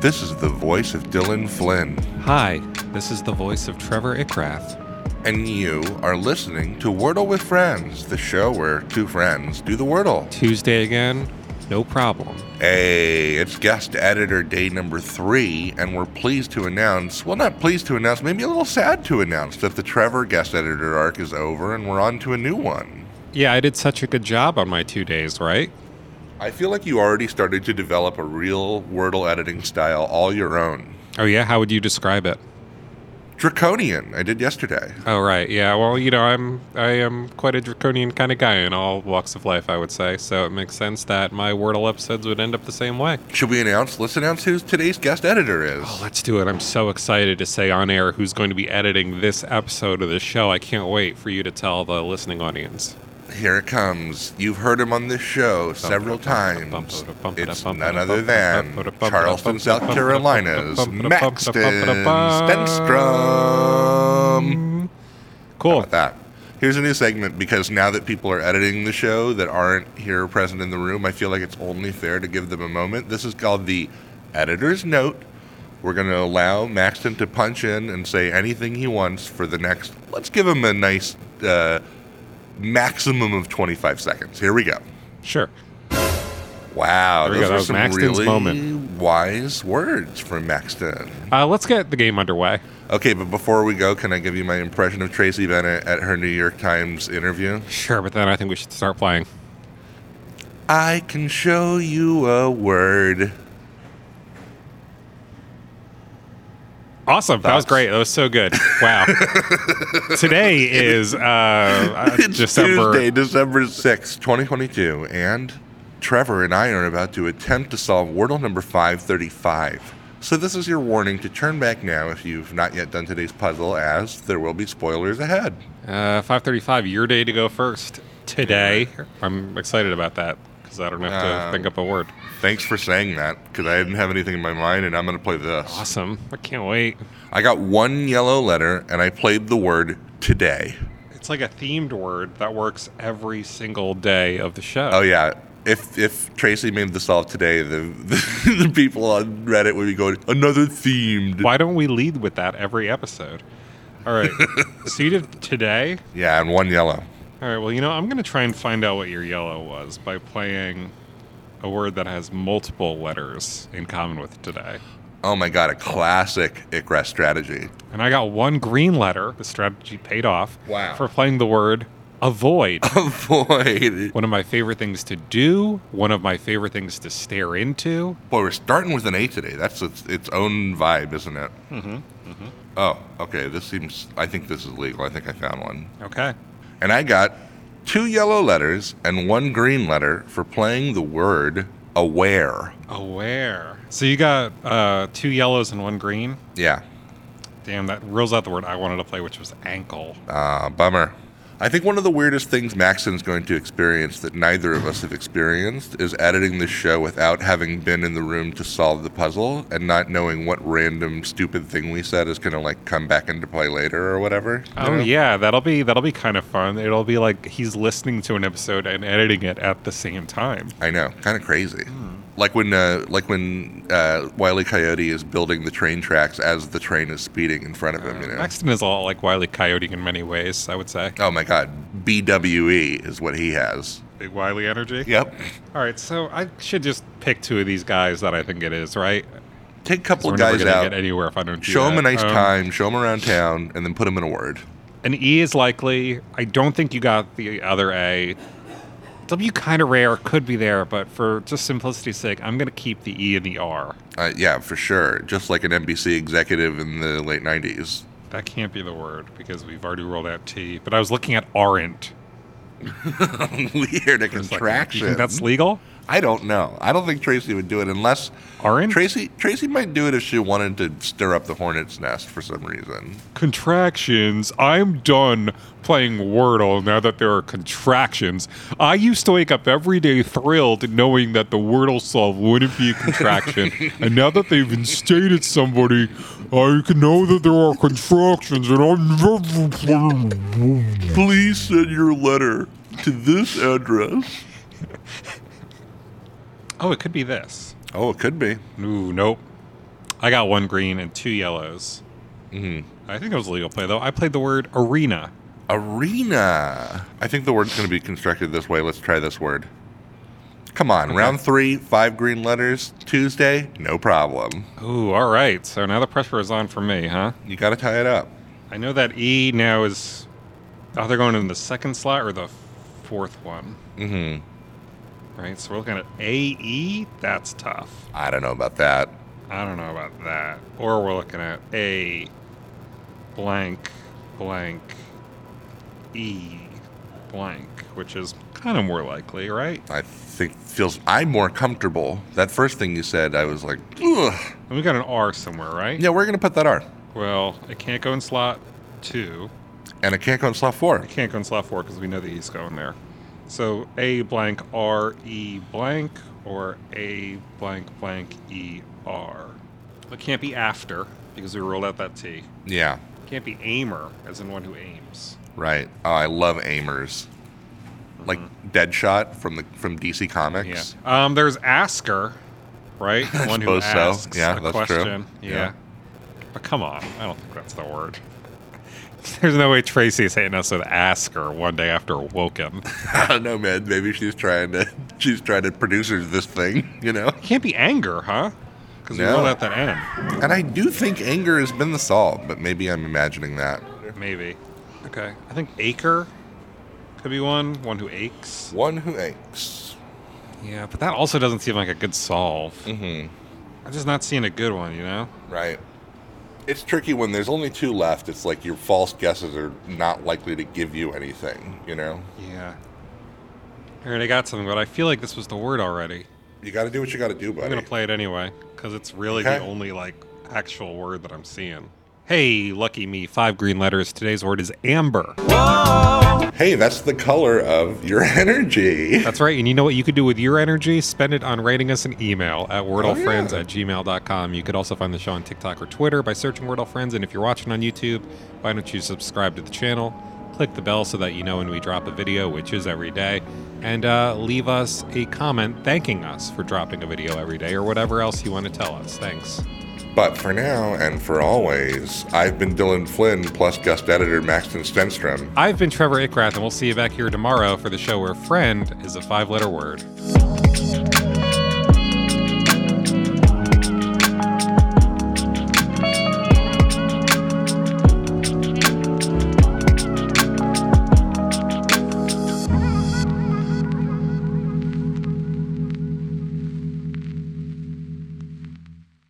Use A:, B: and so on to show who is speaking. A: This is the voice of Dylan Flynn,
B: Hi, this is the voice of Trevor Ickrath.
A: and you are listening to Wordle with Friends, the show where two friends do the Wordle.
B: Tuesday again, no problem.
A: Hey, it's guest editor day number three, and we're pleased to announce well, not pleased to announce, maybe a little sad to announce that the Trevor guest editor arc is over and we're on to a new one.
B: Yeah, I did such a good job on my two days, right?
A: I feel like you already started to develop a real Wordle editing style all your own.
B: Oh, yeah, how would you describe it?
A: Draconian, I did yesterday.
B: Oh, right, yeah, well, you know, I'm, I am quite a draconian kind of guy in all walks of life, I would say, so it makes sense that my Wordle episodes would end up the same way.
A: Should we announce? Let's announce who today's guest editor is.
B: Oh, let's do it. I'm so excited to say on air who's going to be editing this episode of the show. I can't wait for you to tell the listening audience.
A: Here it comes. You've heard him on this show several times. It's none other than Charleston, South Carolina's Maxton Stenstrom. How
B: Cool.
A: about that? Here's a new segment because now that people are editing the show that aren't here present in the room, I feel like it's only fair to give them a moment. This is called the Editor's Note. We're going to allow Maxton to punch in and say anything he wants for the next, let's give him a nice uh, maximum of 25 seconds. Here we go.
B: Sure.
A: Wow,
B: There we
A: those
B: go. That
A: are
B: was
A: some
B: Maxton's
A: really
B: moment.
A: wise words from Maxton.
B: Uh, let's get the game underway.
A: Okay, but before we go, can I give you my impression of Tracy Bennett at her New York Times interview?
B: Sure, but then I think we should start playing.
A: I can show you a word.
B: Awesome. That was great. That was so good. Wow. Today is uh, uh,
A: It's
B: December.
A: Tuesday, December sixth, 2022, and Trevor and I are about to attempt to solve Wordle number 535. So this is your warning to turn back now if you've not yet done today's puzzle, as there will be spoilers ahead.
B: Uh, 5:35. Your day to go first today. I'm excited about that because I don't have to
A: Um,
B: think up a word.
A: Thanks for saying that, because I didn't have anything in my mind, and I'm going to play this.
B: Awesome. I can't wait.
A: I got one yellow letter, and I played the word today.
B: It's like a themed word that works every single day of the show.
A: Oh yeah. If if Tracy made this all today, the the, people on Reddit would be going another themed.
B: Why don't we lead with that every episode? All right. so you did today?
A: Yeah, and one yellow.
B: All right. Well, you know, I'm going to try and find out what your yellow was by playing a word that has multiple letters in common with today.
A: Oh my god, a classic Icarus strategy.
B: And I got one green letter. The strategy paid off.
A: Wow.
B: For playing the word avoid.
A: Oh, Boy,
B: one of my favorite things to do, one of my favorite things to stare into.
A: boy, we're starting with an A today. That's its, its own vibe, isn't it? Mm-hmm. mm-hmm. Oh, okay. This seems. I think this is legal. I think I found one.
B: Okay.
A: And I got two yellow letters and one green letter for playing the word aware.
B: Aware. So you got uh, two yellows and one green.
A: Yeah.
B: Damn, that rules out the word I wanted to play, which was ankle.
A: Ah, bummer. I think one of the weirdest things Maxon's going to experience that neither of us have experienced is editing this show without having been in the room to solve the puzzle and not knowing what random stupid thing we said is going to like come back into play later or whatever. you
B: Oh
A: know?
B: yeah, that'll be that'll be kind of fun. It'll be like he's listening to an episode and editing it at the same time.
A: I know, kind of crazy.
B: Hmm.
A: Like when, uh, like when uh, Wiley Coyote is building the train tracks as the train is speeding in front of him. You know.
B: Maxton is a lot like Wiley Coyote in many ways, I would say.
A: Oh my God, BWE is what he has.
B: Big Wiley energy.
A: Yep.
B: All right, so I should just pick two of these guys that I think it is, right? 'Cause
A: Take a couple
B: We're
A: of
B: never
A: guys
B: gonna
A: out.
B: get anywhere if I don't do
A: Show them a
B: that.
A: nice
B: Um,
A: time, show them around town, and then put them in a word.
B: An E is likely. I don't think you got the other A. W kind of rare could be there, but for just simplicity's sake, I'm gonna keep the E and the R.
A: Uh, yeah, for sure. Just like an NBC executive in the late 90s.
B: That can't be the word because we've already ruled out T. But I was looking at aren't.
A: Weird, a
B: It's like, you
A: contraction.
B: think that's legal?
A: I don't know. I don't think Tracy would do it unless
B: Aren't?
A: Tracy Tracy might do it if she wanted to stir up the hornet's nest for some reason.
B: contractions. I'm done playing Wordle now that there are contractions. I used to wake up every day thrilled knowing that the Wordle solve wouldn't be a contraction. and now that they've instated somebody, I can know that there are contractions and I'm never playing Wordle.
A: Please send your letter to this address.
B: Oh, it could be this.
A: Oh, it could be.
B: Ooh, nope. I got one green and two yellows. Mm-hmm. I think it was legal play though. I played the word arena.
A: Arena. I think the word's going to be constructed this way. Let's try this word. Come on, round three, five green letters, Tuesday, no problem.
B: Ooh, all right. So now the pressure is on for me, huh?
A: You got to tie it up.
B: I know that E now is. Oh, they're going in the second slot or the fourth one.
A: hmm
B: Right. So we're looking at AE. That's tough.
A: I don't know about that.
B: I don't know about that. Or we're looking at A blank blank E blank, which is kind of more likely, right?
A: I think feels I'm more comfortable. That first thing you said, I was like, Ugh.
B: And we got an R somewhere, right?
A: yeah, we're gonna put that R,
B: Well, it can't go in slot two.
A: and it can't go in slot four.
B: It can't go in slot four because we know the E's going there. So A blank R E blank or A blank blank E R. It can't be after because we ruled out that T.
A: Yeah,
B: Can't be aimer as in one who aims.
A: right. Oh, I love aimers, like Deadshot from the from DC
B: Yeah.
A: Comics.
B: Um, there's asker, right? The One who
A: suppose so.
B: asks
A: Yeah,
B: a
A: that's true.
B: question. Yeah.
A: Yeah.
B: But come on, I don't think that's the word. There's no way Tracy is hitting us with asker one day after Woken.
A: I don't know, man. Maybe she's trying to she's trying to producer this thing, you know.
B: Can't be anger, huh? Because we
A: No.
B: rolled out that N.
A: And I do think anger has been the solve, but maybe I'm imagining that.
B: Maybe. Okay. I think acre could be one. One who aches.
A: One who aches.
B: Yeah, but that also doesn't seem like a good solve.
A: Mm-hmm.
B: I'm just not seeing a good one, you know?
A: Right. It's tricky when there's only two left. It's like your false guesses are not likely to give you anything, you know?
B: Yeah. All right, I got something, but I feel like this was the word already.
A: You got to do what you got to do, buddy.
B: I'm gonna play it anyway because it's really the
A: Okay.
B: only like actual word that I'm seeing. Hey, lucky me! Five green letters. Today's word is amber.
A: Hey, that's the color of your energy.
B: That's right. And you know what you could do with your energy? Spend it on writing us an email at wordlefriends
A: yeah.
B: at gmail.com. You could also find the show on TikTok or Twitter by searching Wordle Friends. And if you're watching on YouTube, why don't you subscribe to the channel? Click the bell so that you know when we drop a video, which is every day. And uh, leave us a comment thanking us for dropping a video every day or whatever else you want to tell us. Thanks.
A: But for now and for always, I've been Dylan Flynn plus guest editor Maxton Stenstrom.
B: I've been Trevor Ickrath, and we'll see you back here tomorrow for the show where friend is a five letter word.